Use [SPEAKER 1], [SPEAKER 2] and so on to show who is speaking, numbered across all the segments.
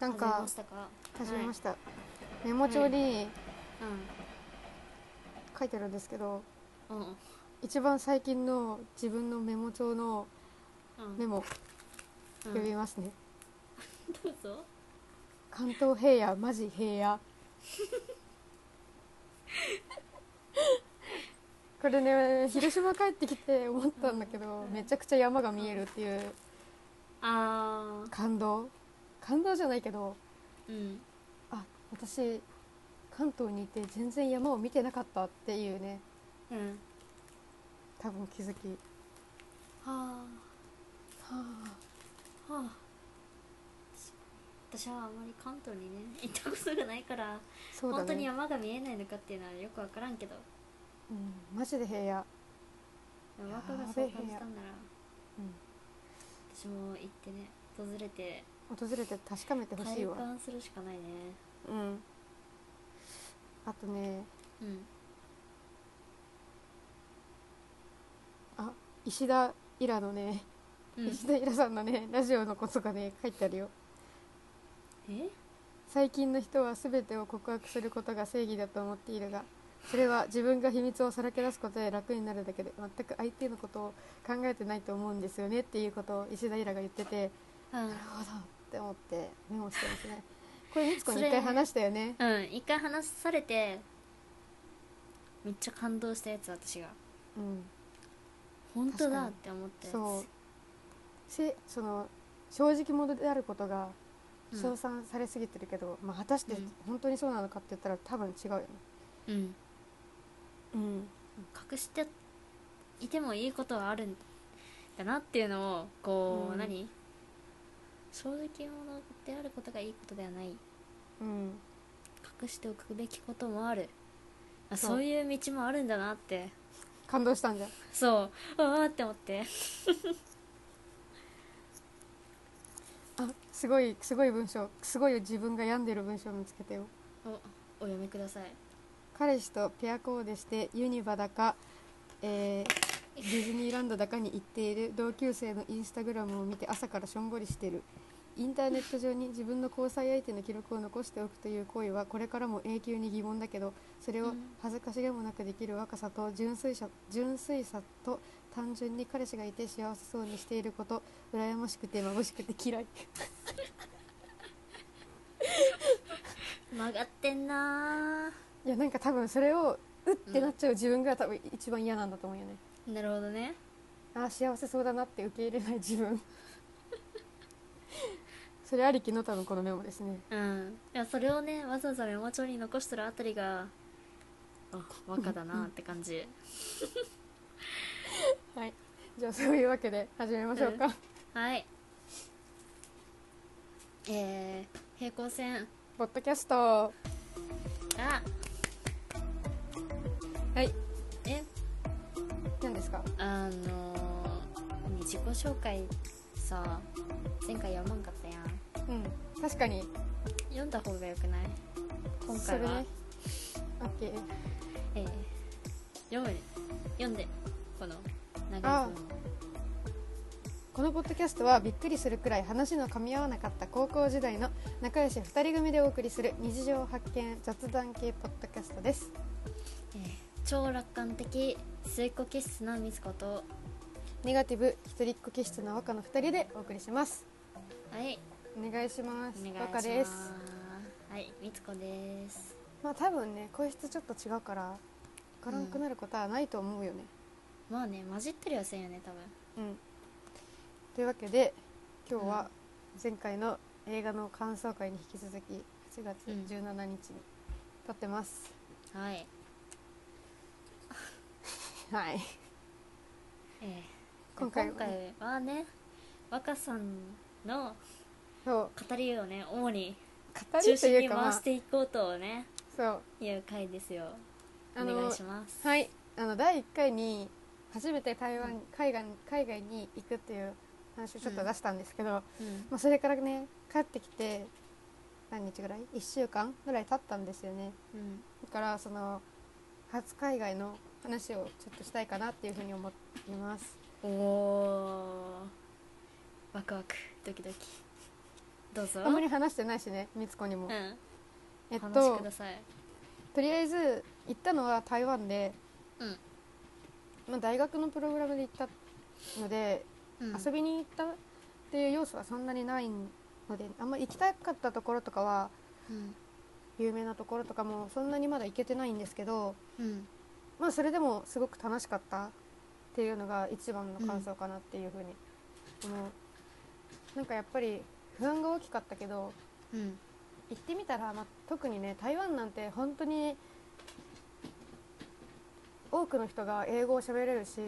[SPEAKER 1] なん
[SPEAKER 2] 始め
[SPEAKER 1] か
[SPEAKER 2] ましたか
[SPEAKER 1] 始めました、メモ帳に書いてあるんですけど、
[SPEAKER 2] うんうん
[SPEAKER 1] 一番最近の自分のメモ帳の
[SPEAKER 2] うん
[SPEAKER 1] メモ
[SPEAKER 2] うん
[SPEAKER 1] 読みますね、
[SPEAKER 2] どうぞ
[SPEAKER 1] 関東平野マジ平 野これね広島帰ってきて思ったんだけど、
[SPEAKER 2] うん
[SPEAKER 1] めちゃくちゃ山が見えるっていう
[SPEAKER 2] ああ
[SPEAKER 1] 感動感動じゃないけど
[SPEAKER 2] うん
[SPEAKER 1] あ私関東にいて全然山を見てなかったっていうね
[SPEAKER 2] うん
[SPEAKER 1] 多分気づき
[SPEAKER 2] は
[SPEAKER 1] は
[SPEAKER 2] あはあ私はあまり関東にね行ったことがないから、
[SPEAKER 1] あそうだね
[SPEAKER 2] 本当に山が見えないのかっていうのはよくわからんけど
[SPEAKER 1] うん、マジで平野
[SPEAKER 2] 山川がそう感じたんなら、
[SPEAKER 1] うん
[SPEAKER 2] 私も行ってね訪れて
[SPEAKER 1] 訪れて確かめてほし
[SPEAKER 2] 体
[SPEAKER 1] いわ
[SPEAKER 2] 感するしかないね
[SPEAKER 1] うんあとね
[SPEAKER 2] うん
[SPEAKER 1] 石田イラのね、
[SPEAKER 2] うん
[SPEAKER 1] 石田イラさんのねラジオのことがね書いてあるよ
[SPEAKER 2] え
[SPEAKER 1] 最近の人は全てを告白することが正義だと思っているがそれは自分が秘密をさらけ出すことで楽になるだけで全く相手のことを考えてないと思うんですよねっていうことを石田イラが言ってて
[SPEAKER 2] うん
[SPEAKER 1] なるほどって思ってメモしてますねこれみつこに
[SPEAKER 2] それ
[SPEAKER 1] 一回話したよね
[SPEAKER 2] うん一回話されてめっちゃ感動したやつ私が
[SPEAKER 1] うん
[SPEAKER 2] 本当
[SPEAKER 1] 確か
[SPEAKER 2] だ
[SPEAKER 1] に
[SPEAKER 2] って思ったやつ
[SPEAKER 1] そうせその正直者であることが
[SPEAKER 2] うん
[SPEAKER 1] 称賛されすぎてるけど、まあ、果たして
[SPEAKER 2] うん
[SPEAKER 1] 本当にそうなのかって言ったら多分違うよね、
[SPEAKER 2] うん
[SPEAKER 1] うん、
[SPEAKER 2] 隠していてもいいことはあるんだなっていうのをこう、
[SPEAKER 1] うん
[SPEAKER 2] 何正直者であることがいいことではない
[SPEAKER 1] うん、
[SPEAKER 2] 隠しておくべきこともあるあ
[SPEAKER 1] そう
[SPEAKER 2] そういう道もあるんだなって
[SPEAKER 1] 感動したんじゃん
[SPEAKER 2] そうああって思って
[SPEAKER 1] あすごいすごい文章すごい自分が病んでる文章を見つけてよ
[SPEAKER 2] おお読みください
[SPEAKER 1] 彼氏とペアコーデしてユニバだか、えーディズニーランドだかに行っている同級生のインスタグラムを見て朝からしょんぼりしてるインターネット上に自分の交際相手の記録を残しておくという行為はこれからも永久に疑問だけどそれ
[SPEAKER 2] う
[SPEAKER 1] を
[SPEAKER 2] ん
[SPEAKER 1] 恥ずかしげもなくできる若さと純粋さ純粋さと単純に彼氏がいて幸せそうにしていること羨ましくて眩しくて嫌い
[SPEAKER 2] 曲がってんない
[SPEAKER 1] やなんか多分それをうってなっちゃう自分が多分一番嫌なんだと思うよね
[SPEAKER 2] ーなるほどね
[SPEAKER 1] あー幸せそうだなって受け入れない自分 それありきの多分このメモですね
[SPEAKER 2] うんいやそれをねわざわざメモ帳に残してるあたりがあ若だなって感じ
[SPEAKER 1] はいじゃあそういうわけで始めましょうか、
[SPEAKER 2] はいえー、平行線
[SPEAKER 1] ポッドキャスト
[SPEAKER 2] が
[SPEAKER 1] はい
[SPEAKER 2] え
[SPEAKER 1] 何ですか
[SPEAKER 2] あのー、自己紹介さ前回読まんかったやん
[SPEAKER 1] うん確かに
[SPEAKER 2] 読んだ方がよくない今
[SPEAKER 1] それ
[SPEAKER 2] 回は
[SPEAKER 1] ね、オッケー
[SPEAKER 2] えー、読む読んでこの長
[SPEAKER 1] あ
[SPEAKER 2] い文を
[SPEAKER 1] このポッドキャストはびっくりするくらい話の噛み合わなかった高校時代の仲良し2人組でお送りする日常発見雑談系ポッドキャストです
[SPEAKER 2] えー超楽観的末っ子気質なみつこと
[SPEAKER 1] ネガティブ一人っ子気質の若の2人でお送りします
[SPEAKER 2] はい
[SPEAKER 1] お願いします
[SPEAKER 2] お願いし
[SPEAKER 1] 若
[SPEAKER 2] ます
[SPEAKER 1] です
[SPEAKER 2] はいみつこです
[SPEAKER 1] まあ多分ね声質ちょっと違うから分からなくなることはないと思うよね
[SPEAKER 2] まあね混じったりはせんよね多分
[SPEAKER 1] うん、というわけで今日は前回の映画の感想会に引き続き8月
[SPEAKER 2] うん
[SPEAKER 1] 17日に撮ってます、
[SPEAKER 2] はい
[SPEAKER 1] はい
[SPEAKER 2] えー
[SPEAKER 1] 今回
[SPEAKER 2] 今回
[SPEAKER 1] は
[SPEAKER 2] はね若さんの
[SPEAKER 1] そう
[SPEAKER 2] 語りをね主に
[SPEAKER 1] 語
[SPEAKER 2] 中
[SPEAKER 1] りと
[SPEAKER 2] 心
[SPEAKER 1] い
[SPEAKER 2] に
[SPEAKER 1] うかま
[SPEAKER 2] 回
[SPEAKER 1] あ
[SPEAKER 2] していこうとね
[SPEAKER 1] そう
[SPEAKER 2] いう回ですよ
[SPEAKER 1] あ
[SPEAKER 2] お
[SPEAKER 1] の
[SPEAKER 2] 願いします
[SPEAKER 1] はいあの第1回に初めて台湾海外海外に行くっていう話をちょっと出したんですけど、
[SPEAKER 2] うん
[SPEAKER 1] まあ、それからね帰ってきて何日ぐらい1週間ぐらい経ったんですよね
[SPEAKER 2] うん
[SPEAKER 1] だからその初海外の話をちょっとしたいかなっていうふうに思っています
[SPEAKER 2] おーワクワクドキドキどうぞ
[SPEAKER 1] あんまり話してないしねみつこにも、
[SPEAKER 2] うん
[SPEAKER 1] えっ
[SPEAKER 2] 話して
[SPEAKER 1] と
[SPEAKER 2] ください
[SPEAKER 1] とりあえず行ったのは台湾で、
[SPEAKER 2] うん
[SPEAKER 1] まあ、大学のプログラムで行ったので、
[SPEAKER 2] うん
[SPEAKER 1] 遊びに行ったっていう要素はそんなにないのであんま行きたかったところとかは
[SPEAKER 2] うん
[SPEAKER 1] 有名なところとかもそんなにまだ行けてないんですけど、
[SPEAKER 2] うん
[SPEAKER 1] まあ、それでもすごく楽しかったっていうのが一番の感想かなっていうふうに思う、なんかやっぱり不安が大きかったけど
[SPEAKER 2] うん
[SPEAKER 1] 行ってみたら、まあ、特にね台湾なんて本当に多くの人が英語を喋れるし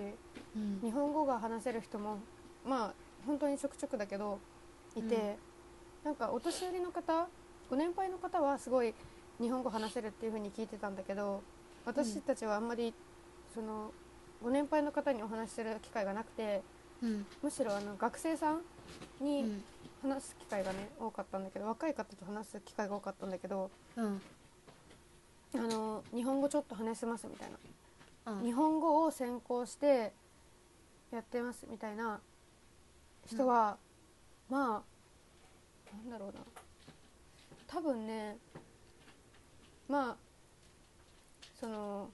[SPEAKER 2] うん
[SPEAKER 1] 日本語が話せる人もまあ本当にちょくちょくだけどいて、
[SPEAKER 2] うん
[SPEAKER 1] なんかお年寄りの方ご年配の方はすごい日本語話せるっていう風に聞いてたんだけど私たちはあんまりそのご年配の方にお話しする機会がなくて
[SPEAKER 2] うん
[SPEAKER 1] むしろあの学生さん
[SPEAKER 2] う
[SPEAKER 1] に
[SPEAKER 2] ん
[SPEAKER 1] 話す機会がね多かったんだけど若い方と話す機会が多かったんだけど
[SPEAKER 2] うん
[SPEAKER 1] あの日本語ちょっと話せますみたいな
[SPEAKER 2] うん
[SPEAKER 1] 日本語を専攻してやってますみたいな人は、まあなんだろうな多分ねまあその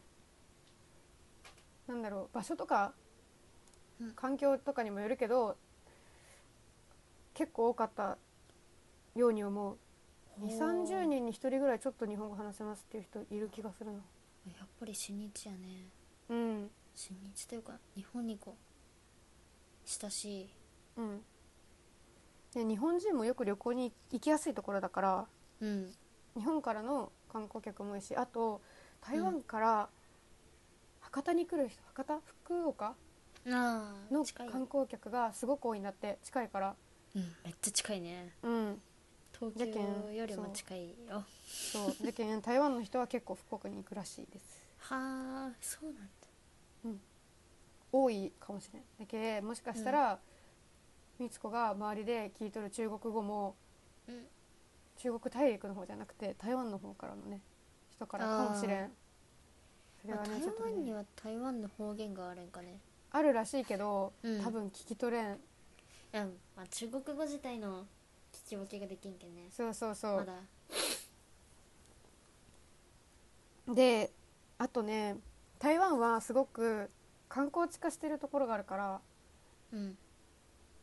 [SPEAKER 1] なんだろう場所とか
[SPEAKER 2] うん
[SPEAKER 1] 環境とかにもよるけど、結構多かったように思う
[SPEAKER 2] ほう
[SPEAKER 1] 2 3 0人に1人ぐらいちょっと日本語話せますっていう人いる気がするな
[SPEAKER 2] やっぱり親日やね
[SPEAKER 1] うん
[SPEAKER 2] 親日というか日本にこう親しい
[SPEAKER 1] うん、で日本人もよく旅行に行きやすいところだから
[SPEAKER 2] うん
[SPEAKER 1] 日本からの観光客も多いしあと台湾から博多に来る人博多福岡
[SPEAKER 2] ああ
[SPEAKER 1] の
[SPEAKER 2] 近い、
[SPEAKER 1] 観光客がすごく多いんだって近いから
[SPEAKER 2] うん、めっちゃ近いね
[SPEAKER 1] うん
[SPEAKER 2] 東
[SPEAKER 1] じゃけん
[SPEAKER 2] 京よりも
[SPEAKER 1] そう
[SPEAKER 2] 近いよ
[SPEAKER 1] そうだけん台湾の人は結構福岡に行くらしいです
[SPEAKER 2] はあそうなんだ
[SPEAKER 1] 多いかもしれんだけもしかしたら、みつこが周りで聞いとる中国語も
[SPEAKER 2] うん
[SPEAKER 1] 中国大陸の方じゃなくて台湾の方からのね人からかもしれんそれ
[SPEAKER 2] ま
[SPEAKER 1] は
[SPEAKER 2] あ
[SPEAKER 1] ね
[SPEAKER 2] 台
[SPEAKER 1] ちょっと
[SPEAKER 2] 湾に
[SPEAKER 1] ね
[SPEAKER 2] は台湾の方言があるんかね
[SPEAKER 1] あるらしいけど、
[SPEAKER 2] うん
[SPEAKER 1] 多分聞き取れん
[SPEAKER 2] うん、まあ、中国語自体の聞き分けができんけんね
[SPEAKER 1] そうそうそ
[SPEAKER 2] ま
[SPEAKER 1] う
[SPEAKER 2] だ、
[SPEAKER 1] であとね台湾はすごく観光地化してるところがあるから
[SPEAKER 2] うん、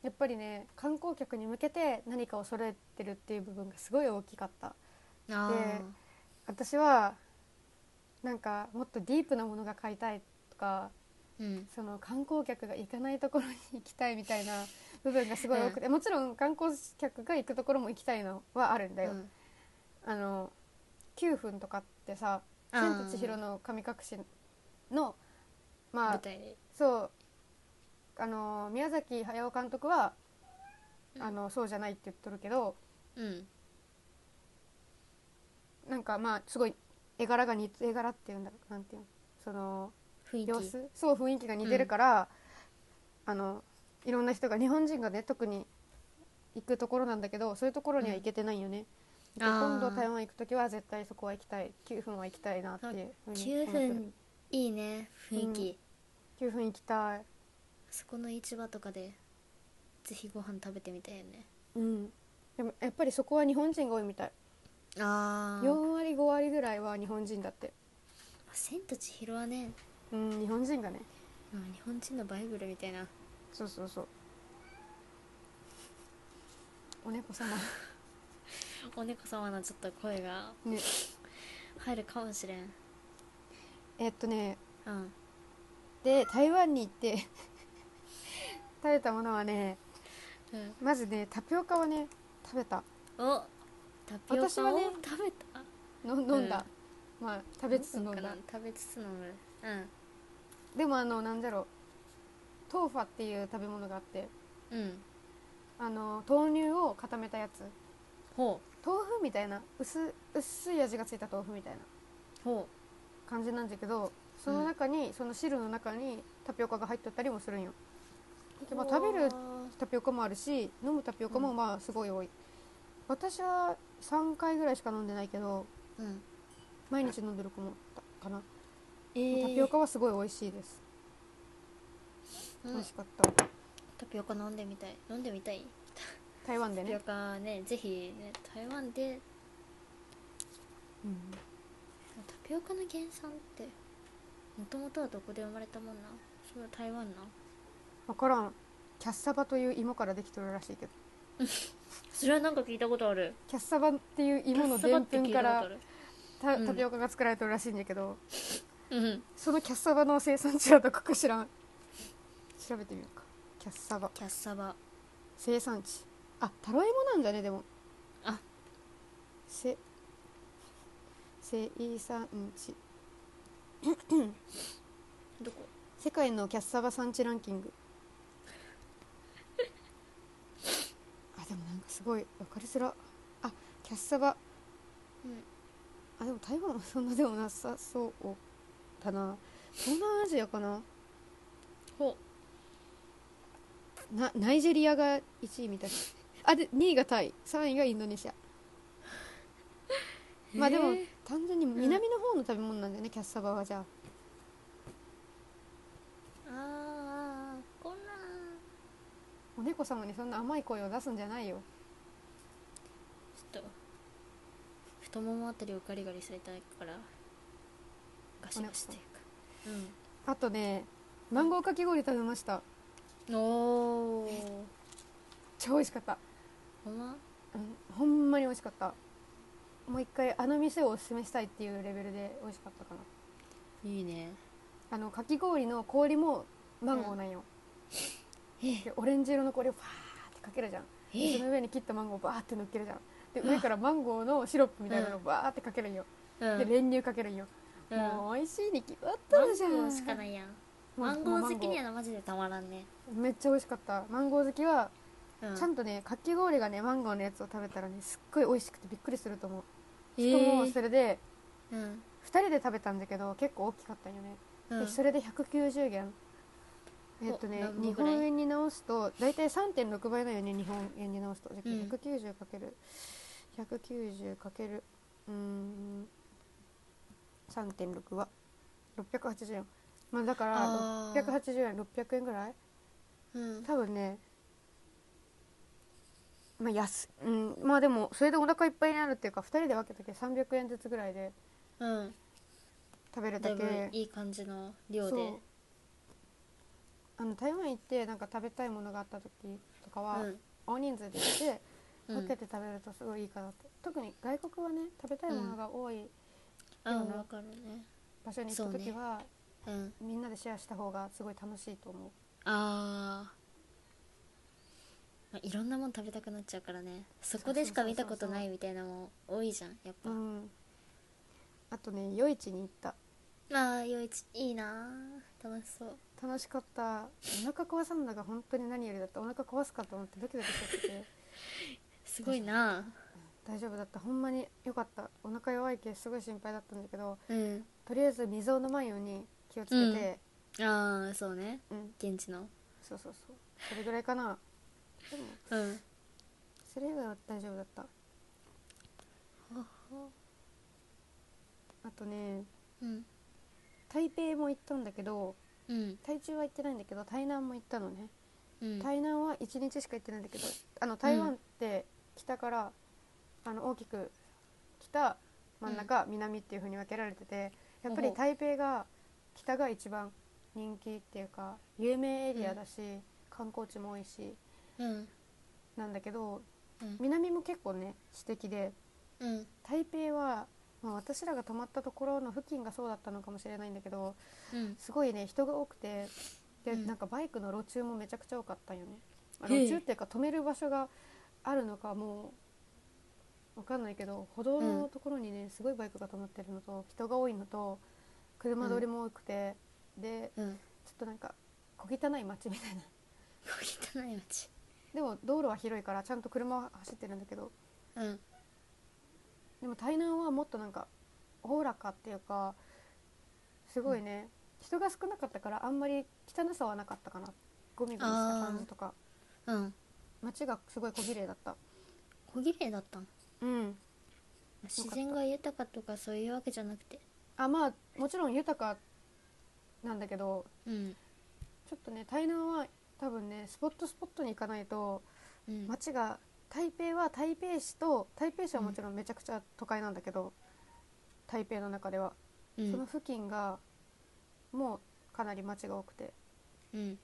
[SPEAKER 1] やっぱりね観光客に向けて何かを揃えてるっていう部分がすごい大きかった
[SPEAKER 2] あー
[SPEAKER 1] 私はなんかもっとディープなものが買いたいとか
[SPEAKER 2] うん
[SPEAKER 1] その観光客が行かないところに行きたいみたいな部分がすごい多くて、もちろん観光客が行くところも行きたいのはあるんだよ、
[SPEAKER 2] うん
[SPEAKER 1] あの9分とかってさ「
[SPEAKER 2] あー
[SPEAKER 1] 千と千尋の神隠し」のま
[SPEAKER 2] 舞
[SPEAKER 1] あ
[SPEAKER 2] 台で
[SPEAKER 1] そうあの宮崎駿監督はあのそうじゃないって言っとるけど
[SPEAKER 2] うん
[SPEAKER 1] なんかまあすごい絵柄が似絵柄っていうんだろうなんていうのその
[SPEAKER 2] 雰囲気
[SPEAKER 1] 様子そう雰囲気が似てるから、あのいろんな人が日本人がね特に行くところなんだけどそういうところには行けてないよね、で
[SPEAKER 2] あー
[SPEAKER 1] 今度台湾行く時は絶対そこは行きたい9分は行きたいなっていうふうに思
[SPEAKER 2] 9
[SPEAKER 1] ってる
[SPEAKER 2] 分いいね雰囲気、
[SPEAKER 1] うん9分行きたい
[SPEAKER 2] そこの市場とかでぜひご飯食べてみたいよね
[SPEAKER 1] うんでもやっぱりそこは日本人が多いみたい
[SPEAKER 2] ああ
[SPEAKER 1] 4割5割ぐらいは日本人だって
[SPEAKER 2] 千と千尋はね、
[SPEAKER 1] うん日本人がね
[SPEAKER 2] まあ、日本人のバイブルみたいな
[SPEAKER 1] そうそうそうお猫様
[SPEAKER 2] お猫様のちょっと声が
[SPEAKER 1] ね
[SPEAKER 2] 入るかもしれん
[SPEAKER 1] えっとね
[SPEAKER 2] うん
[SPEAKER 1] で台湾に行って 食べたものはね
[SPEAKER 2] うん
[SPEAKER 1] まずねタピオカをね食べた
[SPEAKER 2] おタピオ
[SPEAKER 1] 私
[SPEAKER 2] カ
[SPEAKER 1] は
[SPEAKER 2] を
[SPEAKER 1] ね
[SPEAKER 2] 食べた
[SPEAKER 1] の飲んだ、まあ食べつつ飲ん
[SPEAKER 2] か
[SPEAKER 1] だ
[SPEAKER 2] な食べつつ飲む
[SPEAKER 1] でもあのなんだろうトーファっていう食べ物があって
[SPEAKER 2] うんうん
[SPEAKER 1] あの豆乳を固めたやつ
[SPEAKER 2] ほ
[SPEAKER 1] 豆腐みたいな薄薄い味がついた豆腐みたいな
[SPEAKER 2] うほ
[SPEAKER 1] 感じなんだけどその中に、その汁の中にタピオカが入っとったりもするんよで、
[SPEAKER 2] う
[SPEAKER 1] まあ、食べるタピオカもあるし飲むタピオカもまあすごい多い、私は3回ぐらいしか飲んでないけど
[SPEAKER 2] うん
[SPEAKER 1] 毎日飲んでる子もいたかな、
[SPEAKER 2] えー
[SPEAKER 1] タピオカはすごい美味しいです、
[SPEAKER 2] うん
[SPEAKER 1] 美味しかった
[SPEAKER 2] タピオカ飲んでみたい飲んでみたい
[SPEAKER 1] 台湾で
[SPEAKER 2] タピオ
[SPEAKER 1] ね、
[SPEAKER 2] カねぜひね台湾で
[SPEAKER 1] うん、
[SPEAKER 2] タピオカの原産ってもともとはどこで生まれたもんなそれは台湾な
[SPEAKER 1] 分からんキャッサバという芋からできとるらしいけど
[SPEAKER 2] それはなんか聞いたことある
[SPEAKER 1] キャッサバっていう芋の
[SPEAKER 2] キャッサ
[SPEAKER 1] で
[SPEAKER 2] バ
[SPEAKER 1] ん
[SPEAKER 2] って
[SPEAKER 1] ぷ
[SPEAKER 2] 聞
[SPEAKER 1] ん
[SPEAKER 2] い
[SPEAKER 1] か
[SPEAKER 2] たこと
[SPEAKER 1] ら
[SPEAKER 2] ある
[SPEAKER 1] た
[SPEAKER 2] うん
[SPEAKER 1] タピオカが作られてるらしいんだけど、
[SPEAKER 2] うん
[SPEAKER 1] そのキャッサバの生産地はどこか知らん調べてみようかキャッサバ
[SPEAKER 2] キャッサバ
[SPEAKER 1] 生産地あタロイモなんじゃねでも
[SPEAKER 2] あ
[SPEAKER 1] せ生産地
[SPEAKER 2] どこ
[SPEAKER 1] 世界のキャッサバ産地ランキング あでもなんかすごい分かりづらあキャッサバ
[SPEAKER 2] うん
[SPEAKER 1] あでも台湾はそんなでもなさそうだな東南アジアかな
[SPEAKER 2] ほ
[SPEAKER 1] なナイジェリアが1位みたいあで2位がタイ3位がインドネシ アまあでも
[SPEAKER 2] へえ
[SPEAKER 1] 単純に南の方の食べ物なんだよね、キャッサバはじゃあ
[SPEAKER 2] あーあーこんなん
[SPEAKER 1] お猫様にそんな甘い声を出すんじゃないよ
[SPEAKER 2] ちょっと太ももあたりをガリガリされたいからガシガシっていうか
[SPEAKER 1] あとねマンゴーかき氷食べました
[SPEAKER 2] うんおお
[SPEAKER 1] 超美味しかった、
[SPEAKER 2] ほん
[SPEAKER 1] う
[SPEAKER 2] ま
[SPEAKER 1] ん、ほんまに美味しかったもう一回あの店をおすすめしたいっていうレベルで美味しかったかない
[SPEAKER 2] いね
[SPEAKER 1] あのかき氷の氷もマンゴーなんよ、
[SPEAKER 2] え
[SPEAKER 1] でオレンジ色の氷をファーってかけるじゃんでその上に切ったマンゴーをバーって乗っけるじゃんで上からマンゴーのシロップみたいなのをバーってかけるんよ、
[SPEAKER 2] うん
[SPEAKER 1] で練乳かけるんよ、
[SPEAKER 2] うん
[SPEAKER 1] もう美味しいに決まっと
[SPEAKER 2] マ
[SPEAKER 1] るじゃん
[SPEAKER 2] ンゴーしかないやん
[SPEAKER 1] もう
[SPEAKER 2] マンゴー好きに
[SPEAKER 1] も
[SPEAKER 2] はマジでたまらんね
[SPEAKER 1] うマンゴーめっちゃ美味しかったマンゴー好きは
[SPEAKER 2] うん
[SPEAKER 1] ちゃんとねかき氷がねマンゴーのやつを食べたらねすっごい美味しくてびっくりすると思う
[SPEAKER 2] え
[SPEAKER 1] しかも
[SPEAKER 2] ー
[SPEAKER 1] それで
[SPEAKER 2] うん
[SPEAKER 1] 2人で食べたんだけど結構大きかったんよね、
[SPEAKER 2] うん
[SPEAKER 1] でそれで190元えっとね
[SPEAKER 2] 何
[SPEAKER 1] 日
[SPEAKER 2] 本ぐらい
[SPEAKER 1] 本円に直すと大体3.6倍だよね日本円に直すとだけど
[SPEAKER 2] うん
[SPEAKER 1] 190×190× うーん3.6は680円まあだから
[SPEAKER 2] あー
[SPEAKER 1] 680円600円ぐらい
[SPEAKER 2] うん
[SPEAKER 1] 多分ねまあ安うんまあでもそれでお腹いっぱいになるっていうか2人で分けたけ300円ずつぐらいで
[SPEAKER 2] うん
[SPEAKER 1] 食べる
[SPEAKER 2] だ
[SPEAKER 1] だ
[SPEAKER 2] いぶ
[SPEAKER 1] け
[SPEAKER 2] いい感じの量
[SPEAKER 1] そ
[SPEAKER 2] で
[SPEAKER 1] うあの台湾行ってなんか食べたいものがあった時とかは、
[SPEAKER 2] うん
[SPEAKER 1] 大人数で行って
[SPEAKER 2] うん
[SPEAKER 1] 分けて食べるとすごいいいかなって、特に外国はね食べたいものが多い
[SPEAKER 2] あ
[SPEAKER 1] ような
[SPEAKER 2] わかるね
[SPEAKER 1] 場所に行った時は、
[SPEAKER 2] うん
[SPEAKER 1] みんなでシェアした方がすごい楽しいと思う
[SPEAKER 2] あーまあいろんなもん食べたくなっちゃうからねそこでしか見たことないみたいなもん多いじゃんやっぱ、
[SPEAKER 1] うんあとね夜市に行った
[SPEAKER 2] まあよいちいいなあ楽しそう
[SPEAKER 1] 楽しかったお腹壊さんだが本当に何よりだったお腹壊すかと思ってドキドキしちゃってて
[SPEAKER 2] すごいな
[SPEAKER 1] 大丈夫だったほんまによかったお腹弱いけすごい心配だったんだけど
[SPEAKER 2] あうん
[SPEAKER 1] とりあえず水を飲まんように気をつけて、
[SPEAKER 2] ああそうね
[SPEAKER 1] うん、
[SPEAKER 2] 現地の
[SPEAKER 1] そうそうそうそれぐらいかなでも
[SPEAKER 2] うん
[SPEAKER 1] それ以外は大丈夫だったあとね
[SPEAKER 2] うん
[SPEAKER 1] 台北も行ったんだけど
[SPEAKER 2] うん
[SPEAKER 1] 台中は行ってないんだけど台南も行ったのね、
[SPEAKER 2] うん
[SPEAKER 1] 台南は1日しか行ってないんだけどあの台湾って北から、あの大きく北真ん中、南っていう風に分けられててやっぱ
[SPEAKER 2] ほ
[SPEAKER 1] り
[SPEAKER 2] う
[SPEAKER 1] 台北が北が一番人気っていうか有名エリアだし、観光地も多いし
[SPEAKER 2] うん
[SPEAKER 1] なんだけど
[SPEAKER 2] うん
[SPEAKER 1] 南も結構ね私的で
[SPEAKER 2] うん
[SPEAKER 1] 台北は、まあ、私らが泊まったところの付近がそうだったのかもしれないんだけど
[SPEAKER 2] うん
[SPEAKER 1] すごいね人が多くてで、
[SPEAKER 2] うん
[SPEAKER 1] なんかバイクの路中もめちゃくちゃ多かったんよね、まあ
[SPEAKER 2] へえ
[SPEAKER 1] 路中っていうか止める場所があるのかもうわかんないけど歩道のところにねすごいバイクが止まってるのと人が多いのと車通りも多くて、で
[SPEAKER 2] う
[SPEAKER 1] ちょ
[SPEAKER 2] ん
[SPEAKER 1] っとなんか小汚い街みたいな
[SPEAKER 2] 汚い街
[SPEAKER 1] でも道路は広いからちゃんと車は走ってるんだけど
[SPEAKER 2] うん
[SPEAKER 1] でも台南はもっとなんかおおらかっていうかすごいね、人が少なかったからあんまり汚さはなかったかなゴミゴミした感じとか
[SPEAKER 2] うん
[SPEAKER 1] 街がすごい小綺麗だった
[SPEAKER 2] 小綺麗だったん
[SPEAKER 1] うん
[SPEAKER 2] 自然が豊かとかそういうわけじゃなくて
[SPEAKER 1] あまあもちろん豊かなんだけど
[SPEAKER 2] うん
[SPEAKER 1] ちょっとね台南は多分ねスポットスポットに行かないと
[SPEAKER 2] うん
[SPEAKER 1] 街が台北は台北市と台北市はもちろんめちゃくちゃ都会なんだけど、台北の中では、
[SPEAKER 2] うん
[SPEAKER 1] その付近がもうかなり街が多くて
[SPEAKER 2] うん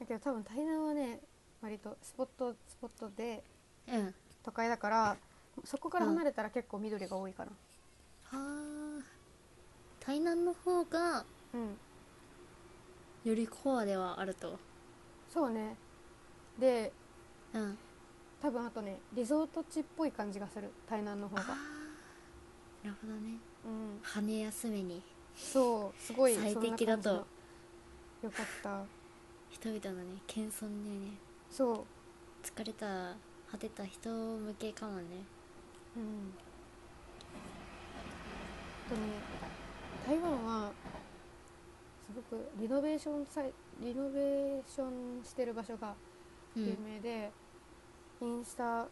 [SPEAKER 1] だけど多分台南はね割とスポットスポットで
[SPEAKER 2] うんは
[SPEAKER 1] 都会だからそこから離れたら結構緑が多いかな
[SPEAKER 2] あ台南の方が
[SPEAKER 1] うん
[SPEAKER 2] よりコアではあると
[SPEAKER 1] そうねで
[SPEAKER 2] うん
[SPEAKER 1] 多分あとねリゾート地っぽい感じがする台南の方が
[SPEAKER 2] あーなるほどね
[SPEAKER 1] うん
[SPEAKER 2] 羽休めに
[SPEAKER 1] そうすごい
[SPEAKER 2] 最
[SPEAKER 1] そんな
[SPEAKER 2] 適だと
[SPEAKER 1] 感じのよかった
[SPEAKER 2] 人々のね謙遜にね
[SPEAKER 1] そう
[SPEAKER 2] 疲れた果てた人向けかもね
[SPEAKER 1] うんあとね台湾はすごくリノベーションさリノベーションしてる場所が
[SPEAKER 2] う
[SPEAKER 1] 有
[SPEAKER 2] ん
[SPEAKER 1] 名で、インスタのね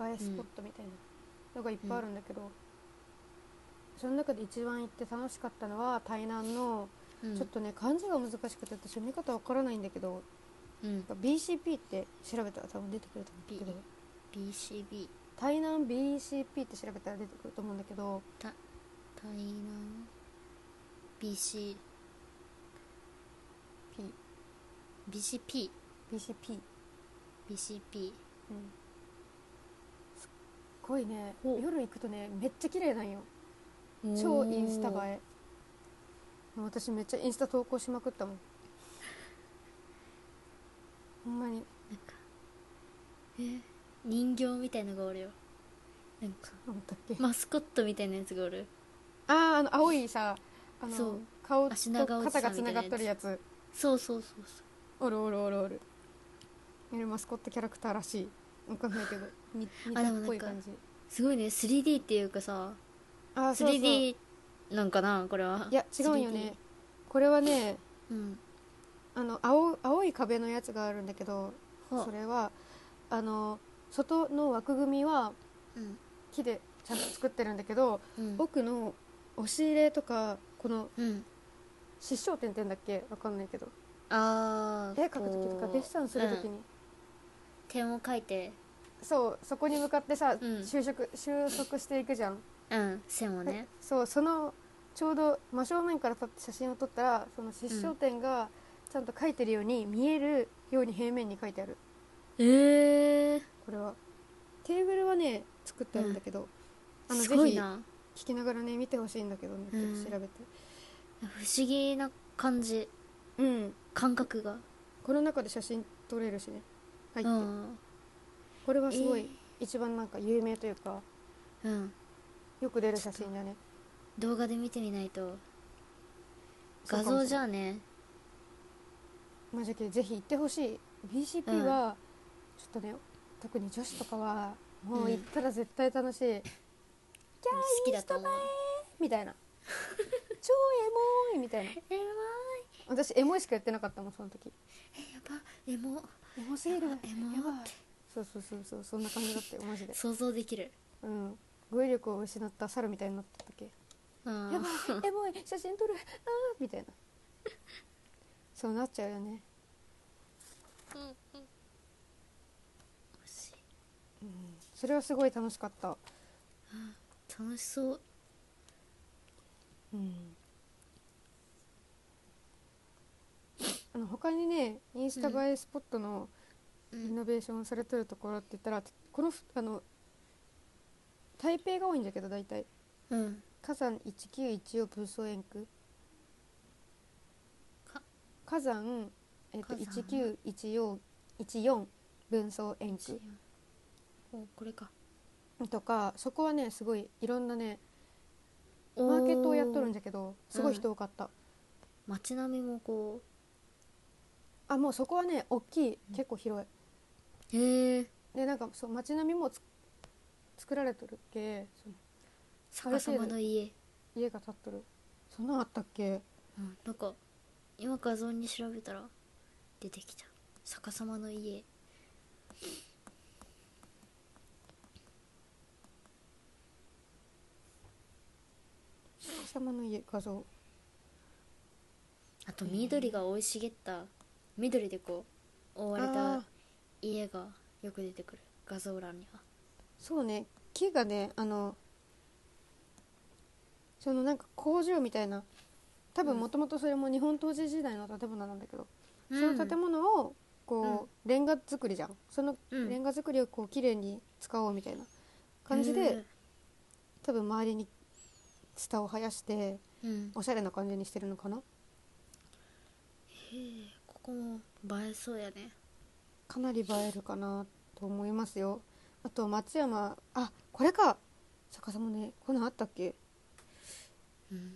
[SPEAKER 1] 映えスポットみたいなのがいっぱいあるんだけど、その中で一番行って楽しかったのは台南の、
[SPEAKER 2] うん
[SPEAKER 1] ちょっとね漢字が難しくて私読み方わからないんだけど
[SPEAKER 2] うん
[SPEAKER 1] BCP って調べたら多分出てくると思うんだけど
[SPEAKER 2] BCB
[SPEAKER 1] 台南 BCP って調べたら出てくると思うんだけど
[SPEAKER 2] 台南 BC
[SPEAKER 1] P
[SPEAKER 2] BCP
[SPEAKER 1] BCP、う
[SPEAKER 2] BCP
[SPEAKER 1] ん、すっごいね
[SPEAKER 2] お
[SPEAKER 1] 夜行くとねめっちゃ綺麗なんよ超インスタ
[SPEAKER 2] おー
[SPEAKER 1] 映えもう私めっちゃインスタ投稿しまくったもんほんまに
[SPEAKER 2] なんかえ人形みたいのがおるよなんか
[SPEAKER 1] なんだっけ、
[SPEAKER 2] マスコットみたいなやつがおる
[SPEAKER 1] あーあの青いさあ
[SPEAKER 2] そ
[SPEAKER 1] の
[SPEAKER 2] う
[SPEAKER 1] 顔と
[SPEAKER 2] 足長おじさ
[SPEAKER 1] 肩
[SPEAKER 2] んみた
[SPEAKER 1] がつなが
[SPEAKER 2] いなやつ
[SPEAKER 1] っとるやつ
[SPEAKER 2] そうそうそうそ
[SPEAKER 1] おるおるおるおるエルマスコットキャラクターらしいわかんないけ どに似た
[SPEAKER 2] あで
[SPEAKER 1] っ
[SPEAKER 2] もなんか
[SPEAKER 1] ぽい感じ
[SPEAKER 2] うすごいね 3D っていうかさ
[SPEAKER 1] あーそうそう
[SPEAKER 2] 3D なんかなこれはい
[SPEAKER 1] や違うんよねこれはね
[SPEAKER 2] うん
[SPEAKER 1] あの青青い壁のやつがあるんだけど
[SPEAKER 2] ほう
[SPEAKER 1] それはあの外の枠組みは
[SPEAKER 2] うん
[SPEAKER 1] 木でちゃんと作ってるんだけど、
[SPEAKER 2] うん
[SPEAKER 1] 奥の押し入れとかこの
[SPEAKER 2] うん
[SPEAKER 1] 失笑点って言うんだっけわかんないけど
[SPEAKER 2] ああ
[SPEAKER 1] 絵描く時とかデッサンする時に、
[SPEAKER 2] 点を描いて
[SPEAKER 1] そうそこに向かってさ、
[SPEAKER 2] うん
[SPEAKER 1] 就職収束していくじゃん、
[SPEAKER 2] うん線をね
[SPEAKER 1] そうそのちょうど真正面から撮って写真を撮ったらその失笑点がちゃんと描いてるように見えるように平面に描いてある
[SPEAKER 2] ええ
[SPEAKER 1] これはテーブルはね作ってあるんだけど、あの
[SPEAKER 2] すごい
[SPEAKER 1] ぜ
[SPEAKER 2] な
[SPEAKER 1] ひ聞きながらね見てほしいんだけどね、
[SPEAKER 2] うん
[SPEAKER 1] 調べて
[SPEAKER 2] 不思議な感じ
[SPEAKER 1] うん
[SPEAKER 2] 感覚が
[SPEAKER 1] この中で写真撮れるしね入っ
[SPEAKER 2] う
[SPEAKER 1] て、
[SPEAKER 2] ん
[SPEAKER 1] これはすごい、
[SPEAKER 2] えー
[SPEAKER 1] 一番なんか有名というか
[SPEAKER 2] うん
[SPEAKER 1] よく出る写真だね
[SPEAKER 2] 動画で見てみないと
[SPEAKER 1] そう
[SPEAKER 2] 画
[SPEAKER 1] かもし
[SPEAKER 2] 像
[SPEAKER 1] れない
[SPEAKER 2] じゃあね
[SPEAKER 1] マジでぜひ行ってほしい BCP は、ちょっとね特に女子とかはもう行ったら絶対楽しい、キャー
[SPEAKER 2] 好きだと思う
[SPEAKER 1] みたいな超エモいみたいな
[SPEAKER 2] えわ
[SPEAKER 1] 私エモいしかやってなかったもんその時
[SPEAKER 2] ーやばエモ
[SPEAKER 1] エモすぎるやば
[SPEAKER 2] エモ
[SPEAKER 1] いそうそうそうそうそんな感じだったよマジで
[SPEAKER 2] 想像できる
[SPEAKER 1] うん語彙力を失った猿みたいになってたっけ
[SPEAKER 2] うん
[SPEAKER 1] やばいエモい写真撮るああみた いなそうなっちゃうよね
[SPEAKER 2] うんうん欲しい
[SPEAKER 1] それはすごい楽しかった
[SPEAKER 2] 楽しそう
[SPEAKER 1] うんあの他にねインスタ映えスポットの
[SPEAKER 2] う
[SPEAKER 1] リ
[SPEAKER 2] ん
[SPEAKER 1] ノベーションされてるところって言ったら、このふあの台北が多いんだけど大体
[SPEAKER 2] うん
[SPEAKER 1] 火山191をプーソ園区
[SPEAKER 2] か
[SPEAKER 1] 火山、えっと
[SPEAKER 2] 火山
[SPEAKER 1] 1914 14分層園
[SPEAKER 2] 一
[SPEAKER 1] 区
[SPEAKER 2] 四おこれか
[SPEAKER 1] とかそこはねすごいいろんなねマーケットをやっとるん
[SPEAKER 2] じゃ
[SPEAKER 1] じゃけどすごい人多かった、
[SPEAKER 2] 街並みもこ
[SPEAKER 1] あもうそこはね大きい結構広
[SPEAKER 2] うへえ
[SPEAKER 1] いでなんかそう街並みもつ作られとるっけその
[SPEAKER 2] 逆さまの家
[SPEAKER 1] 家が建っとるそんなんあったっけ
[SPEAKER 2] うんなんか今画像に調べたら出てきた逆さまの家
[SPEAKER 1] お日様の家画像
[SPEAKER 2] あと緑が生い茂った緑でこう覆われ
[SPEAKER 1] あ
[SPEAKER 2] た
[SPEAKER 1] ー
[SPEAKER 2] 家がよく出てくる画像欄には
[SPEAKER 1] そうね木がねあのそのなんか工場みたいな多
[SPEAKER 2] う
[SPEAKER 1] 分
[SPEAKER 2] ん
[SPEAKER 1] もともとそれも日本統治時代の建物なんだけど、
[SPEAKER 2] うん
[SPEAKER 1] その建物をこう、レンガ作りじゃんその
[SPEAKER 2] うん
[SPEAKER 1] レンガ作りをこう綺麗に使おうみたいな感じで、多分周りにツタを生やして
[SPEAKER 2] うんうん
[SPEAKER 1] おしゃれな感じにしてるのかな
[SPEAKER 2] へえここも映えそうやね
[SPEAKER 1] かなり映えるかなと思いますよあと松山あこれか逆さもねこんなんあったっけ
[SPEAKER 2] うん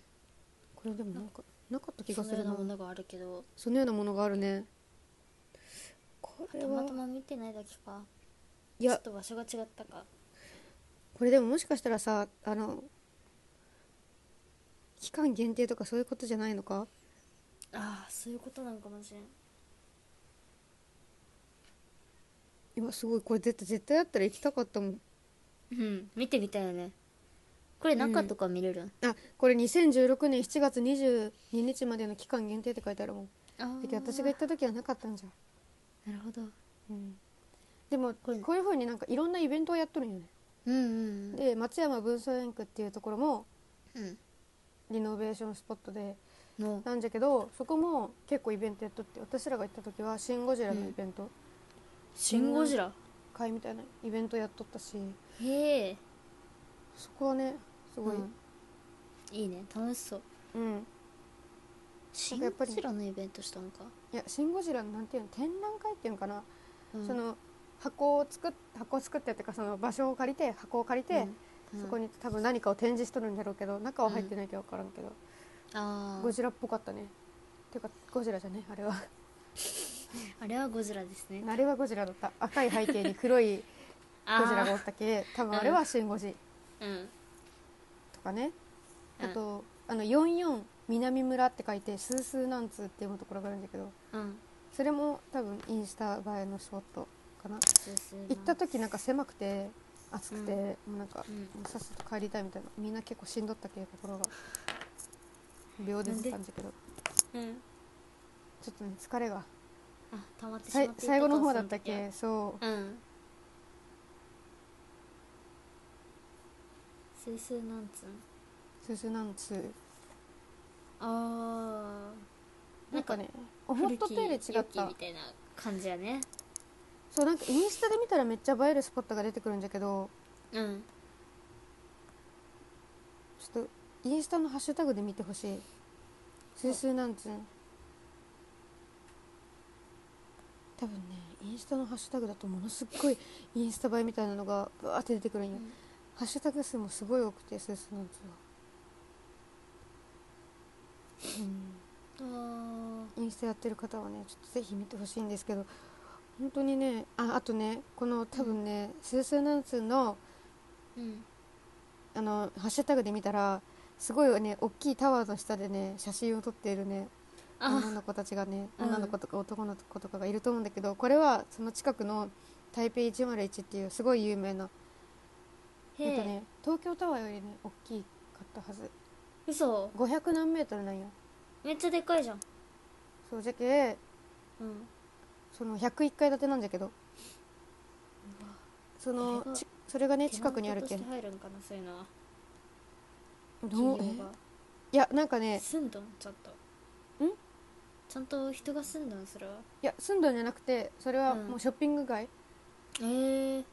[SPEAKER 1] これでもなんかなかった気
[SPEAKER 2] そ
[SPEAKER 1] が
[SPEAKER 2] の
[SPEAKER 1] す
[SPEAKER 2] よ
[SPEAKER 1] る
[SPEAKER 2] うな
[SPEAKER 1] な
[SPEAKER 2] ものがあるけど
[SPEAKER 1] そのようなものがあるねこれ
[SPEAKER 2] た
[SPEAKER 1] は
[SPEAKER 2] またま見てないだけか
[SPEAKER 1] い
[SPEAKER 2] ちょ
[SPEAKER 1] や
[SPEAKER 2] っと場所が違ったか
[SPEAKER 1] これでももしかしたらさあの期間限定とかそういうことじゃないのか
[SPEAKER 2] ああそういうことなんかもしれん
[SPEAKER 1] 今すごいこれ絶対絶対あったら行きたかったもん
[SPEAKER 2] うん見てみたいよねこれ中とか見れる、
[SPEAKER 1] あこれ2016年7月22日までの期間限定って書いてあるもん
[SPEAKER 2] あ
[SPEAKER 1] だけど私が行った時はなかったんじゃん、
[SPEAKER 2] なるほど
[SPEAKER 1] うん、でも
[SPEAKER 2] こ
[SPEAKER 1] こ
[SPEAKER 2] れ
[SPEAKER 1] ういうふうになんかいろんなイベントをやっとるんよね
[SPEAKER 2] うんうん
[SPEAKER 1] で松山文創園区っていうところも
[SPEAKER 2] うん
[SPEAKER 1] リノベーションスポットで
[SPEAKER 2] の
[SPEAKER 1] なんじゃけどそこも結構イベントやっとって私らが行った時は「シン・ゴジラ」のイベント、
[SPEAKER 2] シン・ゴジラ
[SPEAKER 1] 会みたいなイベントやっとったし
[SPEAKER 2] へえ
[SPEAKER 1] そこはねすごい、
[SPEAKER 2] うんいいね楽しそう
[SPEAKER 1] うん
[SPEAKER 2] シ
[SPEAKER 1] ん
[SPEAKER 2] ン・
[SPEAKER 1] かやっぱ
[SPEAKER 2] ゴ
[SPEAKER 1] り
[SPEAKER 2] ジラのイベントしたのか
[SPEAKER 1] いや「シン・ゴジラ」のなんていうの展覧会っていうのかな、
[SPEAKER 2] うん
[SPEAKER 1] その箱を作っ箱を作ってっていうかその場所を借りて箱を借りて、
[SPEAKER 2] うん
[SPEAKER 1] そこに多分何かを展示しとるんだろうけど中は入ってないけど分からんけど、
[SPEAKER 2] あ
[SPEAKER 1] ゴ
[SPEAKER 2] あ
[SPEAKER 1] ジラっぽかったねていうかゴジラじゃねあれは
[SPEAKER 2] あれはゴジラですね
[SPEAKER 1] あれはゴジラだった赤い背景に黒い
[SPEAKER 2] あー
[SPEAKER 1] ゴジラがおったけ多分あれは「シン・ゴジ
[SPEAKER 2] うん」
[SPEAKER 1] とかね、
[SPEAKER 2] うん
[SPEAKER 1] あとあの44南村って書いて「スースーなんつ」っていうところがあるんだけど
[SPEAKER 2] うん
[SPEAKER 1] それも多分インスタ映えのショットかな
[SPEAKER 2] そうそう
[SPEAKER 1] 行った時なんか狭くて暑くて、
[SPEAKER 2] うん
[SPEAKER 1] もうなんか、
[SPEAKER 2] うん
[SPEAKER 1] もうさっさと帰りたいみたいなみんな結構しんどったけ心が秒で出たんだけど
[SPEAKER 2] うん
[SPEAKER 1] ちょっとね疲れが
[SPEAKER 2] あ溜まってしま
[SPEAKER 1] さい
[SPEAKER 2] っていた
[SPEAKER 1] 最後の方だったっ
[SPEAKER 2] その
[SPEAKER 1] けそ
[SPEAKER 2] 時はうんスースーなんつうん
[SPEAKER 1] う「すずなんつう
[SPEAKER 2] あ」ー
[SPEAKER 1] なんかね思ったとより違っ
[SPEAKER 2] 古き良き
[SPEAKER 1] た
[SPEAKER 2] みたいな感じやね
[SPEAKER 1] そうなんかインスタで見たらめっちゃ映えるスポットが出てくるんだけど
[SPEAKER 2] うん
[SPEAKER 1] ちょっとインスタのハッシュタグで見てほしい「すずなんつう」多分ねインスタのハッシュタグだとものすっごいインスタ映えみたいなのがバーって出てくるんよ、
[SPEAKER 2] うん
[SPEAKER 1] ハッシュタグ数もすごい多くてスースーなんつうの
[SPEAKER 2] あ
[SPEAKER 1] うん、インスタやってる方はねちょっとぜひ見てほしいんですけど本当にねああとねこの多分ね、スースーなんつうの
[SPEAKER 2] ーうん
[SPEAKER 1] あのハッシュタグで見たらすごいね大きいタワーの下でね写真を撮っているね女
[SPEAKER 2] あ
[SPEAKER 1] の子たちがね
[SPEAKER 2] うん
[SPEAKER 1] 女の子とか男の子とかがいると思うんだけど、これはその近くの台北101っていうすごい有名な
[SPEAKER 2] へ
[SPEAKER 1] なんか
[SPEAKER 2] え
[SPEAKER 1] ね東京タワーよりね大きかったはず
[SPEAKER 2] 嘘
[SPEAKER 1] 500何メートルなんよ
[SPEAKER 2] めっちゃでかいじゃん
[SPEAKER 1] そうじゃけ
[SPEAKER 2] うん
[SPEAKER 1] その101階建てなんじゃけどその
[SPEAKER 2] それが
[SPEAKER 1] ちそれがね近くにあるけ
[SPEAKER 2] テ
[SPEAKER 1] ん
[SPEAKER 2] ナントとして入るんかなそういうのは
[SPEAKER 1] どう
[SPEAKER 2] 企業
[SPEAKER 1] え
[SPEAKER 2] が
[SPEAKER 1] いやなんかね
[SPEAKER 2] 住んどんちゃんと
[SPEAKER 1] ん
[SPEAKER 2] ちゃんと人が住んどんそれはい
[SPEAKER 1] や住んだんじゃなくてそれは
[SPEAKER 2] うん
[SPEAKER 1] もうショッピング街、
[SPEAKER 2] ええ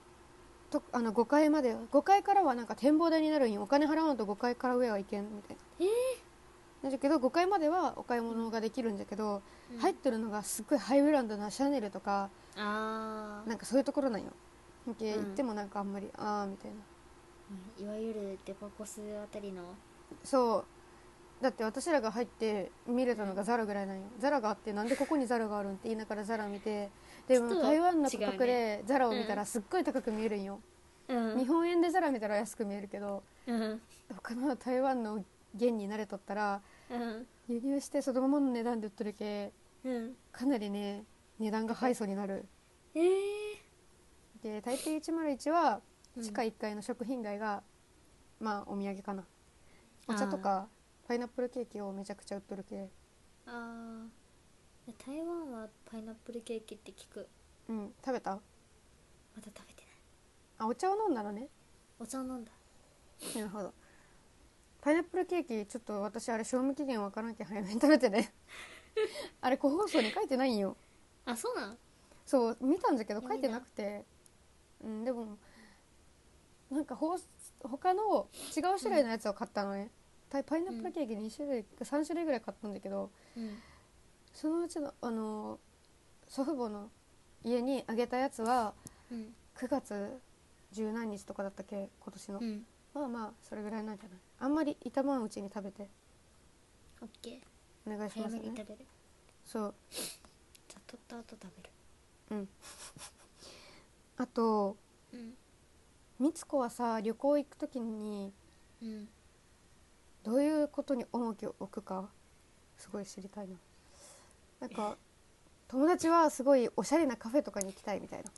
[SPEAKER 1] とあの5階まで5階からはなんか展望台になるんよお金払わんと5階から上はいけんみたいな
[SPEAKER 2] え
[SPEAKER 1] なんだけど5階まではお買い物ができるんだけど、入ってるのがすっごいハイブランドなシャネルとか
[SPEAKER 2] ああ
[SPEAKER 1] なんかそういうところなんよなんけ
[SPEAKER 2] うん
[SPEAKER 1] 行ってもなんかあんまりああみたいない
[SPEAKER 2] わゆるデパコスあたりの
[SPEAKER 1] そうだって私らが入って見れたのがザラぐらいなんよザラがあってなんでここにザラがあるんって言いながらザラ見てで
[SPEAKER 2] ちょっ
[SPEAKER 1] も
[SPEAKER 2] と
[SPEAKER 1] 台湾の価
[SPEAKER 2] 違
[SPEAKER 1] 格で
[SPEAKER 2] うね
[SPEAKER 1] ザラを見た
[SPEAKER 2] う
[SPEAKER 1] ら
[SPEAKER 2] ん
[SPEAKER 1] すっごい高く見えるんよ、
[SPEAKER 2] うん
[SPEAKER 1] 日本円でザラ見たら安く見えるけど
[SPEAKER 2] うん
[SPEAKER 1] 他の台湾の元に慣れとったら
[SPEAKER 2] うん
[SPEAKER 1] 輸入してそのままの値段で売ってるけ
[SPEAKER 2] うん
[SPEAKER 1] かなりね値段が敗訴になる
[SPEAKER 2] ええ
[SPEAKER 1] で台北101は
[SPEAKER 2] うん
[SPEAKER 1] 地下1階の食品街が、まあお土産かなお茶とかパイナップルケーキをめちゃくちゃ売っとるけ
[SPEAKER 2] ああで台湾はパイナップルケーキって聞く
[SPEAKER 1] うん食べた
[SPEAKER 2] まだ食べてない
[SPEAKER 1] あお茶を飲んだのね
[SPEAKER 2] お茶を飲んだ
[SPEAKER 1] なるほどパイナップルケーキちょっと私あれ賞味期限わからなきゃ早めに食べて ねあれ個包装に書いてないんよ
[SPEAKER 2] あそうなん
[SPEAKER 1] そう見たんだけど
[SPEAKER 2] いや
[SPEAKER 1] 書いてなくてうんでもなんかほう他の違う種類のやつを買ったのね、パイパイナップルケーキ2種類か3種類ぐらい買ったんだけど
[SPEAKER 2] うん
[SPEAKER 1] そのうちのあの祖父母の家にあげたやつは
[SPEAKER 2] うん
[SPEAKER 1] 9月十何日とかだったっけ今年の、
[SPEAKER 2] うん
[SPEAKER 1] まあまあそれぐらいなんじゃないあんまり傷まんうちに食べて
[SPEAKER 2] オッケー
[SPEAKER 1] お願いし
[SPEAKER 2] 早
[SPEAKER 1] ます
[SPEAKER 2] めに
[SPEAKER 1] ね
[SPEAKER 2] 食べる
[SPEAKER 1] そう
[SPEAKER 2] じゃあ取った後食べる
[SPEAKER 1] うん あと
[SPEAKER 2] うん
[SPEAKER 1] みつこはさ旅行行く時に
[SPEAKER 2] うん
[SPEAKER 1] どういうことに重きを置くかすごい知りたいななん か友達はすごいおしゃれなカフェとかに行きたいみたいな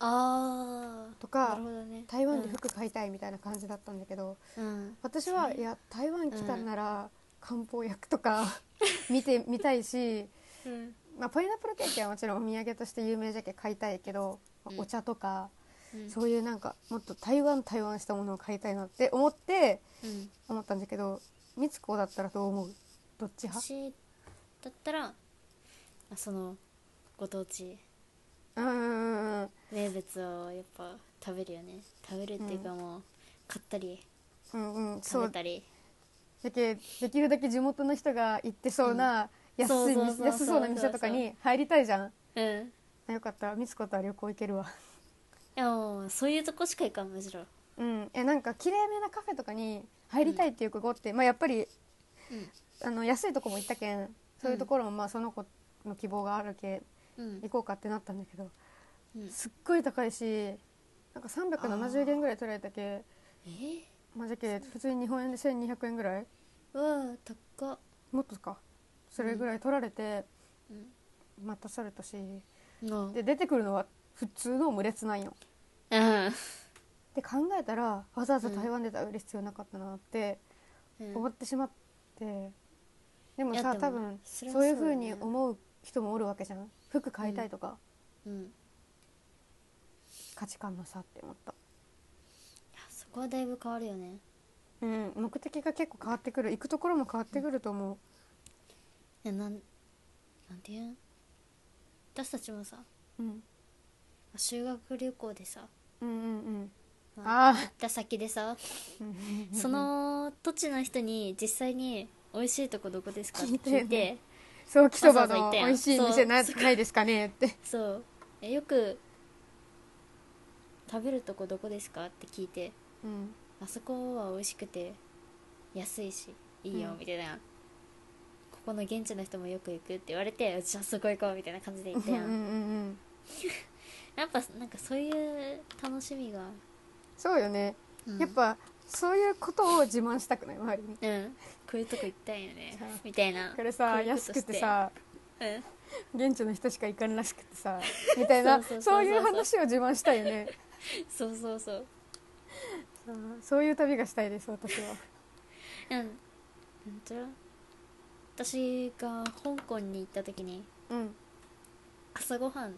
[SPEAKER 2] あ
[SPEAKER 1] と
[SPEAKER 2] あな
[SPEAKER 1] か
[SPEAKER 2] るほどね
[SPEAKER 1] 台湾で服買いたいみたいな感じだったんだけど、
[SPEAKER 2] うん、うん
[SPEAKER 1] 私はいや台湾来たんなら、漢方薬とか 見てみたいし、
[SPEAKER 2] うん
[SPEAKER 1] まあ、パイナップルケーキはもちろんお土産として有名じゃけ買いたいけど、まあ
[SPEAKER 2] うん
[SPEAKER 1] お茶とか、
[SPEAKER 2] うん
[SPEAKER 1] そういうなんかもっと台湾台湾したものを買いたいなって思って
[SPEAKER 2] うん
[SPEAKER 1] 思ったんだけどみつこだったらどう思うどっち派
[SPEAKER 2] 私だったらあそのご当地
[SPEAKER 1] うんうんうんうん
[SPEAKER 2] 名物をやっぱ食べるよね食べるっていうかもう、買ったり
[SPEAKER 1] うんうんそ
[SPEAKER 2] 食
[SPEAKER 1] う
[SPEAKER 2] べたり
[SPEAKER 1] だけできるだけ地元の人が行ってそうな安い
[SPEAKER 2] そうそうそうそう
[SPEAKER 1] 安そうな店とかに入りたいじゃん
[SPEAKER 2] うんい
[SPEAKER 1] あよかったみつことは旅行行けるわ
[SPEAKER 2] やもうそういうとこしか行かんむしろ
[SPEAKER 1] うん、えなんか綺麗めなカフェとかに入りたいっていう子がおって、まあ、やっぱりあの安いとこも行ったけんそういうところもまあその子の希望があるけ
[SPEAKER 2] うんうん
[SPEAKER 1] 行こうかってなったんだけど
[SPEAKER 2] うん
[SPEAKER 1] すっごい高いしなんか370元ぐらい取られたけ
[SPEAKER 2] えー
[SPEAKER 1] まあじゃけ普通に日本円で1200円ぐらいう
[SPEAKER 2] わー高っ
[SPEAKER 1] もっとかそれぐらい取られて
[SPEAKER 2] うん
[SPEAKER 1] 待たされたし
[SPEAKER 2] うん
[SPEAKER 1] で出てくるのは普通のオムレツなんよで考えたらわざわざ台湾で食べる必要なかったなって、
[SPEAKER 2] うん
[SPEAKER 1] 思ってしまってでも
[SPEAKER 2] いや
[SPEAKER 1] さ
[SPEAKER 2] でも
[SPEAKER 1] 多分
[SPEAKER 2] それは
[SPEAKER 1] そういう
[SPEAKER 2] そ
[SPEAKER 1] ふ
[SPEAKER 2] うだ
[SPEAKER 1] う
[SPEAKER 2] よ
[SPEAKER 1] に
[SPEAKER 2] ね
[SPEAKER 1] 思う人もおるわけじゃん服買いたいとか、
[SPEAKER 2] うんい
[SPEAKER 1] 価値観の差って思った、
[SPEAKER 2] やそこはだいぶ変わるよね
[SPEAKER 1] うん、目的が結構変わってくる行くところも変わってくると思う、
[SPEAKER 2] いやなんなんていうん私たちもさ
[SPEAKER 1] うん、
[SPEAKER 2] 修学旅行でさ
[SPEAKER 1] うんうんうん
[SPEAKER 2] ま
[SPEAKER 1] ああ
[SPEAKER 2] 行った先でさ
[SPEAKER 1] うん
[SPEAKER 2] その土地の人に実際に美味しいとこどこですかって
[SPEAKER 1] 聞いたよね
[SPEAKER 2] 聞いて
[SPEAKER 1] そうきそば
[SPEAKER 2] わざ
[SPEAKER 1] の
[SPEAKER 2] わざ行った
[SPEAKER 1] 美
[SPEAKER 2] やん
[SPEAKER 1] 味しい
[SPEAKER 2] そ
[SPEAKER 1] 店
[SPEAKER 2] う
[SPEAKER 1] なないですかねって
[SPEAKER 2] そうえよく食べるとこどこですかって聞いて
[SPEAKER 1] うん
[SPEAKER 2] あそこは美味しくて安いしいいよ
[SPEAKER 1] うん
[SPEAKER 2] みたいな、ここの現地の人もよく行くって言われてじゃあそこ行こうみたいな感じで行った
[SPEAKER 1] うんう
[SPEAKER 2] や
[SPEAKER 1] んうんん
[SPEAKER 2] やっぱなんかそういう楽しみが、
[SPEAKER 1] そうよね、
[SPEAKER 2] うん
[SPEAKER 1] やっぱそういうことを自慢したくない周りに
[SPEAKER 2] うんこういうとこ行きたいよね
[SPEAKER 1] そう
[SPEAKER 2] みたいな
[SPEAKER 1] これさ
[SPEAKER 2] こういうこと
[SPEAKER 1] 安くてさ
[SPEAKER 2] してうん
[SPEAKER 1] 現地の人しか行かんらしくて さみたいな
[SPEAKER 2] そうそうそうそう
[SPEAKER 1] そういう話を自慢したいよね
[SPEAKER 2] そうそうそう
[SPEAKER 1] うんそういう旅がしたいです私は
[SPEAKER 2] うんなんちゃら私が香港に行った時に
[SPEAKER 1] うん
[SPEAKER 2] 朝ごはん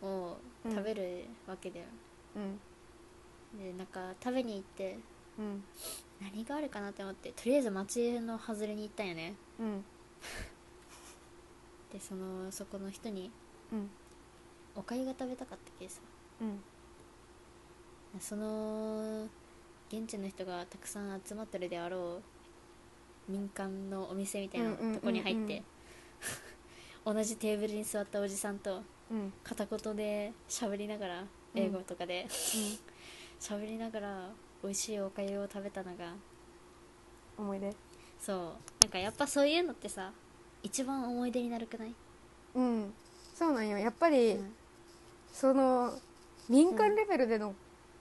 [SPEAKER 2] を食べるわけだよ、
[SPEAKER 1] うん
[SPEAKER 2] でなんか食べに行って
[SPEAKER 1] うん
[SPEAKER 2] 何があるかなって思ってとりあえず街の外れに行ったんよね
[SPEAKER 1] うん
[SPEAKER 2] でそのそこの人に
[SPEAKER 1] うん
[SPEAKER 2] お粥が食べたかったけどさ
[SPEAKER 1] うん
[SPEAKER 2] その現地の人がたくさん集まってるであろう民間のお店みたいな
[SPEAKER 1] うんうんうんうん
[SPEAKER 2] とこに入って 同じテーブルに座ったおじさんと
[SPEAKER 1] うん
[SPEAKER 2] 片言で喋りながら英語とかで喋、りながら美味しいおかゆを食べたのが
[SPEAKER 1] 思い出
[SPEAKER 2] そうなんかやっぱそういうのってさ一番思い出になるくない、
[SPEAKER 1] うんそうなんよやっぱり、
[SPEAKER 2] うん
[SPEAKER 1] その民間レベルでの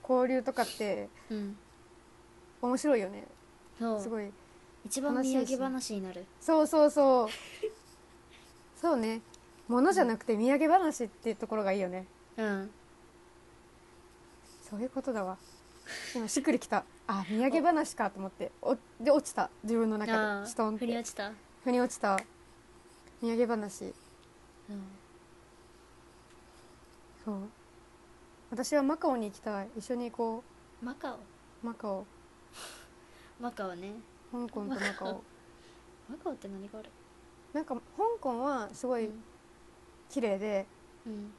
[SPEAKER 1] 交流とかって
[SPEAKER 2] うん、
[SPEAKER 1] 面白いよね、
[SPEAKER 2] そう
[SPEAKER 1] すごい
[SPEAKER 2] 一番お土産話になる
[SPEAKER 1] そうそうそう そうね物じゃなくて土産話っていうところがいいよね
[SPEAKER 2] うん
[SPEAKER 1] そういうことだわ今しっくりきたあ土産話かと思っておで落ちた自分の中
[SPEAKER 2] あ
[SPEAKER 1] でストン
[SPEAKER 2] あ
[SPEAKER 1] って
[SPEAKER 2] 振り落ちた
[SPEAKER 1] 腑に落ちた土産話
[SPEAKER 2] うん
[SPEAKER 1] そう私はマカオに行きたい一緒に行こ
[SPEAKER 2] マカオ
[SPEAKER 1] うマカオ
[SPEAKER 2] マカオね
[SPEAKER 1] 香港とマカオ
[SPEAKER 2] マカオって何がある
[SPEAKER 1] なんか香港はすごい
[SPEAKER 2] うん
[SPEAKER 1] 綺麗で
[SPEAKER 2] うん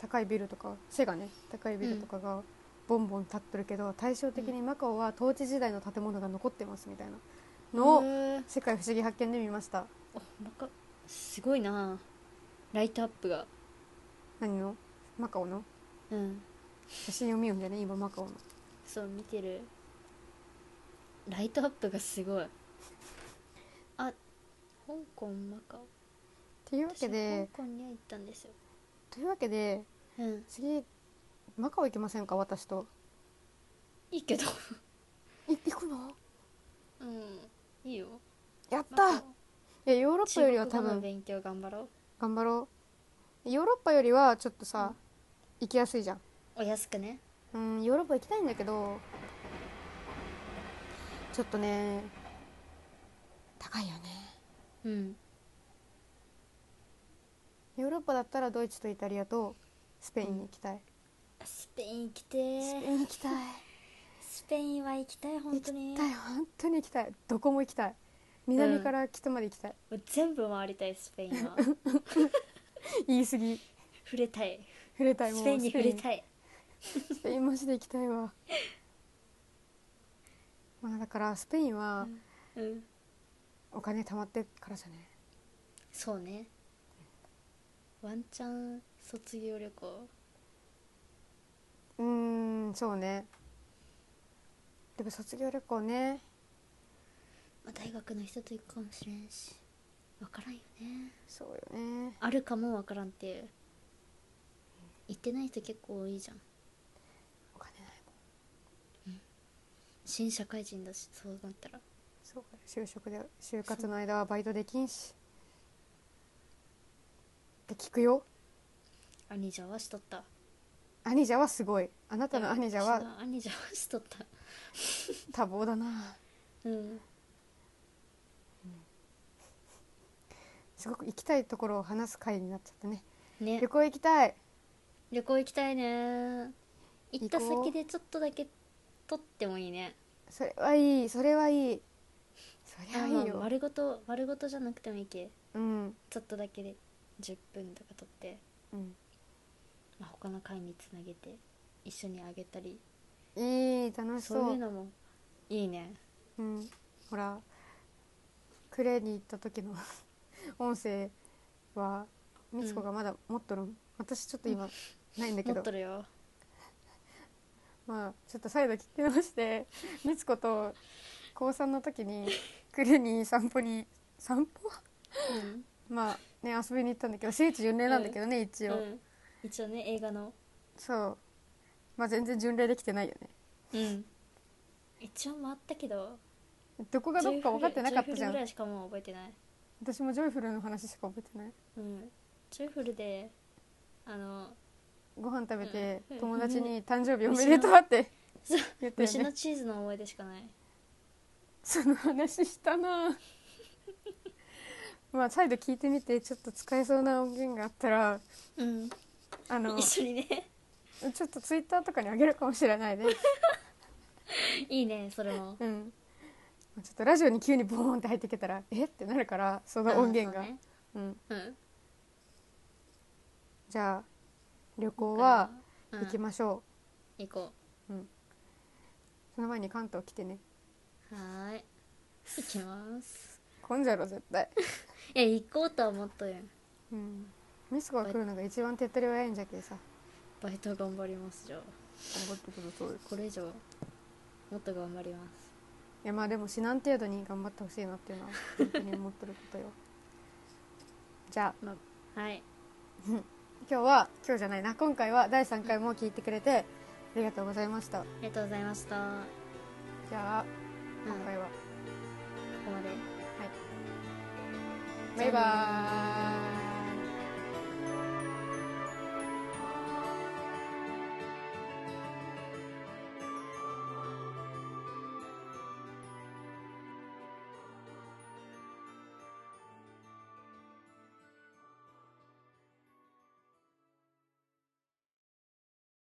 [SPEAKER 1] 高いビルとか背がね高いビルとかがボンボン立ってるけど対照的にマカオは統治時代の建物が残ってますみたいなのを
[SPEAKER 2] へー
[SPEAKER 1] 「世界ふしぎ発見」で見ました
[SPEAKER 2] あマカオすごいなライトアップが
[SPEAKER 1] 何のマカオの
[SPEAKER 2] うん
[SPEAKER 1] 写真を見ようんじゃね今マカオの
[SPEAKER 2] そう見てるライトアップがすごいあ香港マカオ
[SPEAKER 1] というわ
[SPEAKER 2] 私
[SPEAKER 1] け
[SPEAKER 2] は
[SPEAKER 1] で
[SPEAKER 2] 香港には行ったんですよ
[SPEAKER 1] というわけで
[SPEAKER 2] うん
[SPEAKER 1] 次マカオ行きませんか私と
[SPEAKER 2] いいけど
[SPEAKER 1] い行くの
[SPEAKER 2] うんいいよ
[SPEAKER 1] やっ
[SPEAKER 2] マ
[SPEAKER 1] た
[SPEAKER 2] カオ
[SPEAKER 1] えヨーロッパよりは
[SPEAKER 2] 中
[SPEAKER 1] 多
[SPEAKER 2] 国語
[SPEAKER 1] 分
[SPEAKER 2] の勉強頑張ろう
[SPEAKER 1] 頑張ろうヨーロッパよりはちょっとさ、行きやすいじゃん
[SPEAKER 2] お安くね
[SPEAKER 1] うんヨーロッパ行きたいんだけどちょっとね高いよね
[SPEAKER 2] うん
[SPEAKER 1] ヨーロッパだったらドイツとイタリアとスペインに行きたい、
[SPEAKER 2] スペイン行きて
[SPEAKER 1] スペ
[SPEAKER 2] ー
[SPEAKER 1] イン行きたい
[SPEAKER 2] スペインは行きたい本
[SPEAKER 1] 行
[SPEAKER 2] 当
[SPEAKER 1] き
[SPEAKER 2] に
[SPEAKER 1] たい本当に行きたいどこも行きたい南から北まで行きたい、
[SPEAKER 2] もう全部回りたいスペイ ンは
[SPEAKER 1] 言い過ぎ
[SPEAKER 2] 触れたい
[SPEAKER 1] 触れたいもう
[SPEAKER 2] スペインに触れたい
[SPEAKER 1] スペインマジで行きたいわまあだからスペインは
[SPEAKER 2] うん
[SPEAKER 1] お金貯まってからじゃね
[SPEAKER 2] そうねワンチャン卒業旅行
[SPEAKER 1] うーんそうねでも卒業旅行ね
[SPEAKER 2] まあ、大学の人と行くかもしれんし分からんよね
[SPEAKER 1] そうよね
[SPEAKER 2] あるかも分からんっていう行ってない人結構多いじゃん
[SPEAKER 1] お金ないもん
[SPEAKER 2] 新社会人だしそうなったら
[SPEAKER 1] そうか就職で就活の間はバイトできんしって聞くよ
[SPEAKER 2] 兄者はしとった
[SPEAKER 1] アニジャはすごいあなたのアニジャ
[SPEAKER 2] 私
[SPEAKER 1] は
[SPEAKER 2] の兄者はしとった
[SPEAKER 1] 多忙だな
[SPEAKER 2] うん
[SPEAKER 1] すごく行きたいところを話す回になっちゃったね
[SPEAKER 2] ね
[SPEAKER 1] 旅行行きたい
[SPEAKER 2] 旅行行きたいね行った
[SPEAKER 1] 行こう
[SPEAKER 2] 先でちょっとだけ取ってもいいね
[SPEAKER 1] それはいいそれはいいそりゃいい
[SPEAKER 2] あまあ
[SPEAKER 1] よ
[SPEAKER 2] 丸ごと丸ごとじゃなくてもいいけ
[SPEAKER 1] うん
[SPEAKER 2] ちょっとだけで10分とか取って、
[SPEAKER 1] うん
[SPEAKER 2] まあ、他の会につなげて一緒にあげたり
[SPEAKER 1] いい楽しそう
[SPEAKER 2] そういうのもいいね
[SPEAKER 1] うん、ほらクレに行った時の 音声はみつこがまだ持っとるん、私ちょっと今ないんだけ
[SPEAKER 2] 持
[SPEAKER 1] ど
[SPEAKER 2] っとるよ
[SPEAKER 1] まあちょっと再度聞き直して みつこと高3の時にクレに散歩に散歩
[SPEAKER 2] うん
[SPEAKER 1] まあね遊びに行ったんだけど聖地巡礼なんだけどね、一応、
[SPEAKER 2] うん、一応ね映画の
[SPEAKER 1] そうまあ全然巡礼できてないよね
[SPEAKER 2] うん一応回ったけど
[SPEAKER 1] どこがどこか分かってなかったじゃ
[SPEAKER 2] ジョイフルぐら
[SPEAKER 1] ん
[SPEAKER 2] いしかもう覚えてない
[SPEAKER 1] 私もジョイフルの話しか覚えてない
[SPEAKER 2] うんジョイフルであの
[SPEAKER 1] ご飯食べて
[SPEAKER 2] うん
[SPEAKER 1] 友達に「誕生日おめでとう」って
[SPEAKER 2] そう
[SPEAKER 1] 言ったよ
[SPEAKER 2] 虫
[SPEAKER 1] ね
[SPEAKER 2] のチーズの思い出しかない
[SPEAKER 1] その話したな まあ再度聞いてみてちょっと使えそうな音源があったら
[SPEAKER 2] うん
[SPEAKER 1] あのち
[SPEAKER 2] 一緒にね
[SPEAKER 1] ょっとツイッターとかにあげるかもしれ ないね
[SPEAKER 2] いいねそれも
[SPEAKER 1] うんちょっとラジオに急にボーンって入ってきたらえってなるからその音源が
[SPEAKER 2] あそうね
[SPEAKER 1] うん
[SPEAKER 2] うん
[SPEAKER 1] じゃあ旅行は
[SPEAKER 2] うん
[SPEAKER 1] 行きましょ
[SPEAKER 2] 行こ
[SPEAKER 1] う、その前に関東来てね
[SPEAKER 2] うはーい行きます
[SPEAKER 1] 混んじゃろ絶 対
[SPEAKER 2] いや行こうとは思ったよ
[SPEAKER 1] うんミスコが来るのが一番手っ取り早いんじゃけさ
[SPEAKER 2] バイト頑張りますじゃあ
[SPEAKER 1] 頑張ってください
[SPEAKER 2] これ以上もっと頑張ります
[SPEAKER 1] いやまあでも死なん程度に頑張ってほしいなっていうのは本当に思ってることよ じゃあ
[SPEAKER 2] はい
[SPEAKER 1] 今日は今日じゃないな今回は第3回も聞いてくれてありがとうございました
[SPEAKER 2] ありがとうございました、うん、
[SPEAKER 1] じゃあ今
[SPEAKER 2] こ
[SPEAKER 1] 回は、
[SPEAKER 2] こま
[SPEAKER 1] バ
[SPEAKER 2] で
[SPEAKER 1] イバーイ